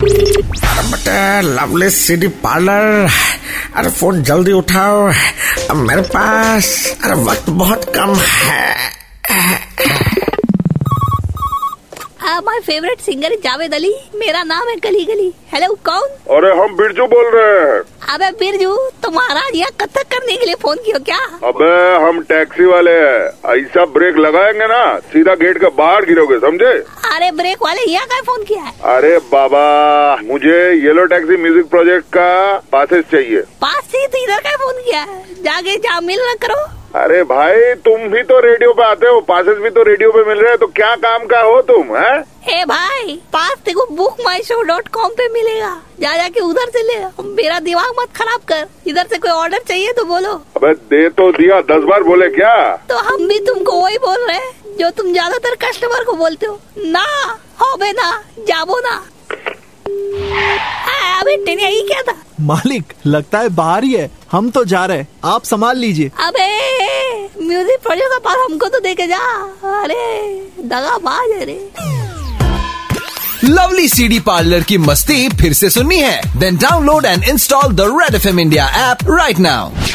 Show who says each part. Speaker 1: अरे बटे lovely city parlour अरे फोन जल्दी उठाओ अब मेरे पास अरे वक्त बहुत कम है
Speaker 2: my favourite singer Javed Ali मेरा नाम है गली गली हेलो कौन
Speaker 3: अरे हम बिरजू बोल रहे हैं
Speaker 2: अबे बिरजू तुम महाराज यहाँ कथक करने के लिए फोन किया क्या
Speaker 3: अबे हम टैक्सी वाले हैं ऐसा ब्रेक लगाएंगे ना सीधा गेट के बाहर गिरोगे समझे
Speaker 2: अरे ब्रेक वाले यहाँ का फोन किया है
Speaker 3: अरे बाबा मुझे येलो टैक्सी म्यूजिक प्रोजेक्ट का पासेस चाहिए
Speaker 2: पास से ही तो इधर का फोन किया है जाके जा मिल न करो
Speaker 3: अरे भाई तुम भी तो रेडियो पे आते हो पासेस भी तो रेडियो पे मिल रहे हैं तो क्या काम का हो तुम है
Speaker 2: ए भाई पास तेको book my show dot com पे मिलेगा जा जाके उधर से ले मेरा दिमाग मत खराब कर इधर से कोई ऑर्डर चाहिए तो बोलो
Speaker 3: अबे दे तो दिया दस बार बोले क्या
Speaker 2: तो हम भी तुमको वही बोल रहे हैं जो तुम ज्यादातर कस्टमर को बोलते हो ना हो बे ना जाबो ना आ, अबे टेनिया ये क्या था
Speaker 4: मालिक लगता है बाहर ही है हम तो जा रहे हैं आप संभाल लीजिए
Speaker 2: अबे म्यूजिक प्रोजेक्ट का पास हमको तो देके जा अरे दगाबाज है रे
Speaker 5: लवली सीडी पार्लर की मस्ती फिर से सुननी है then download and install the Red F India app right now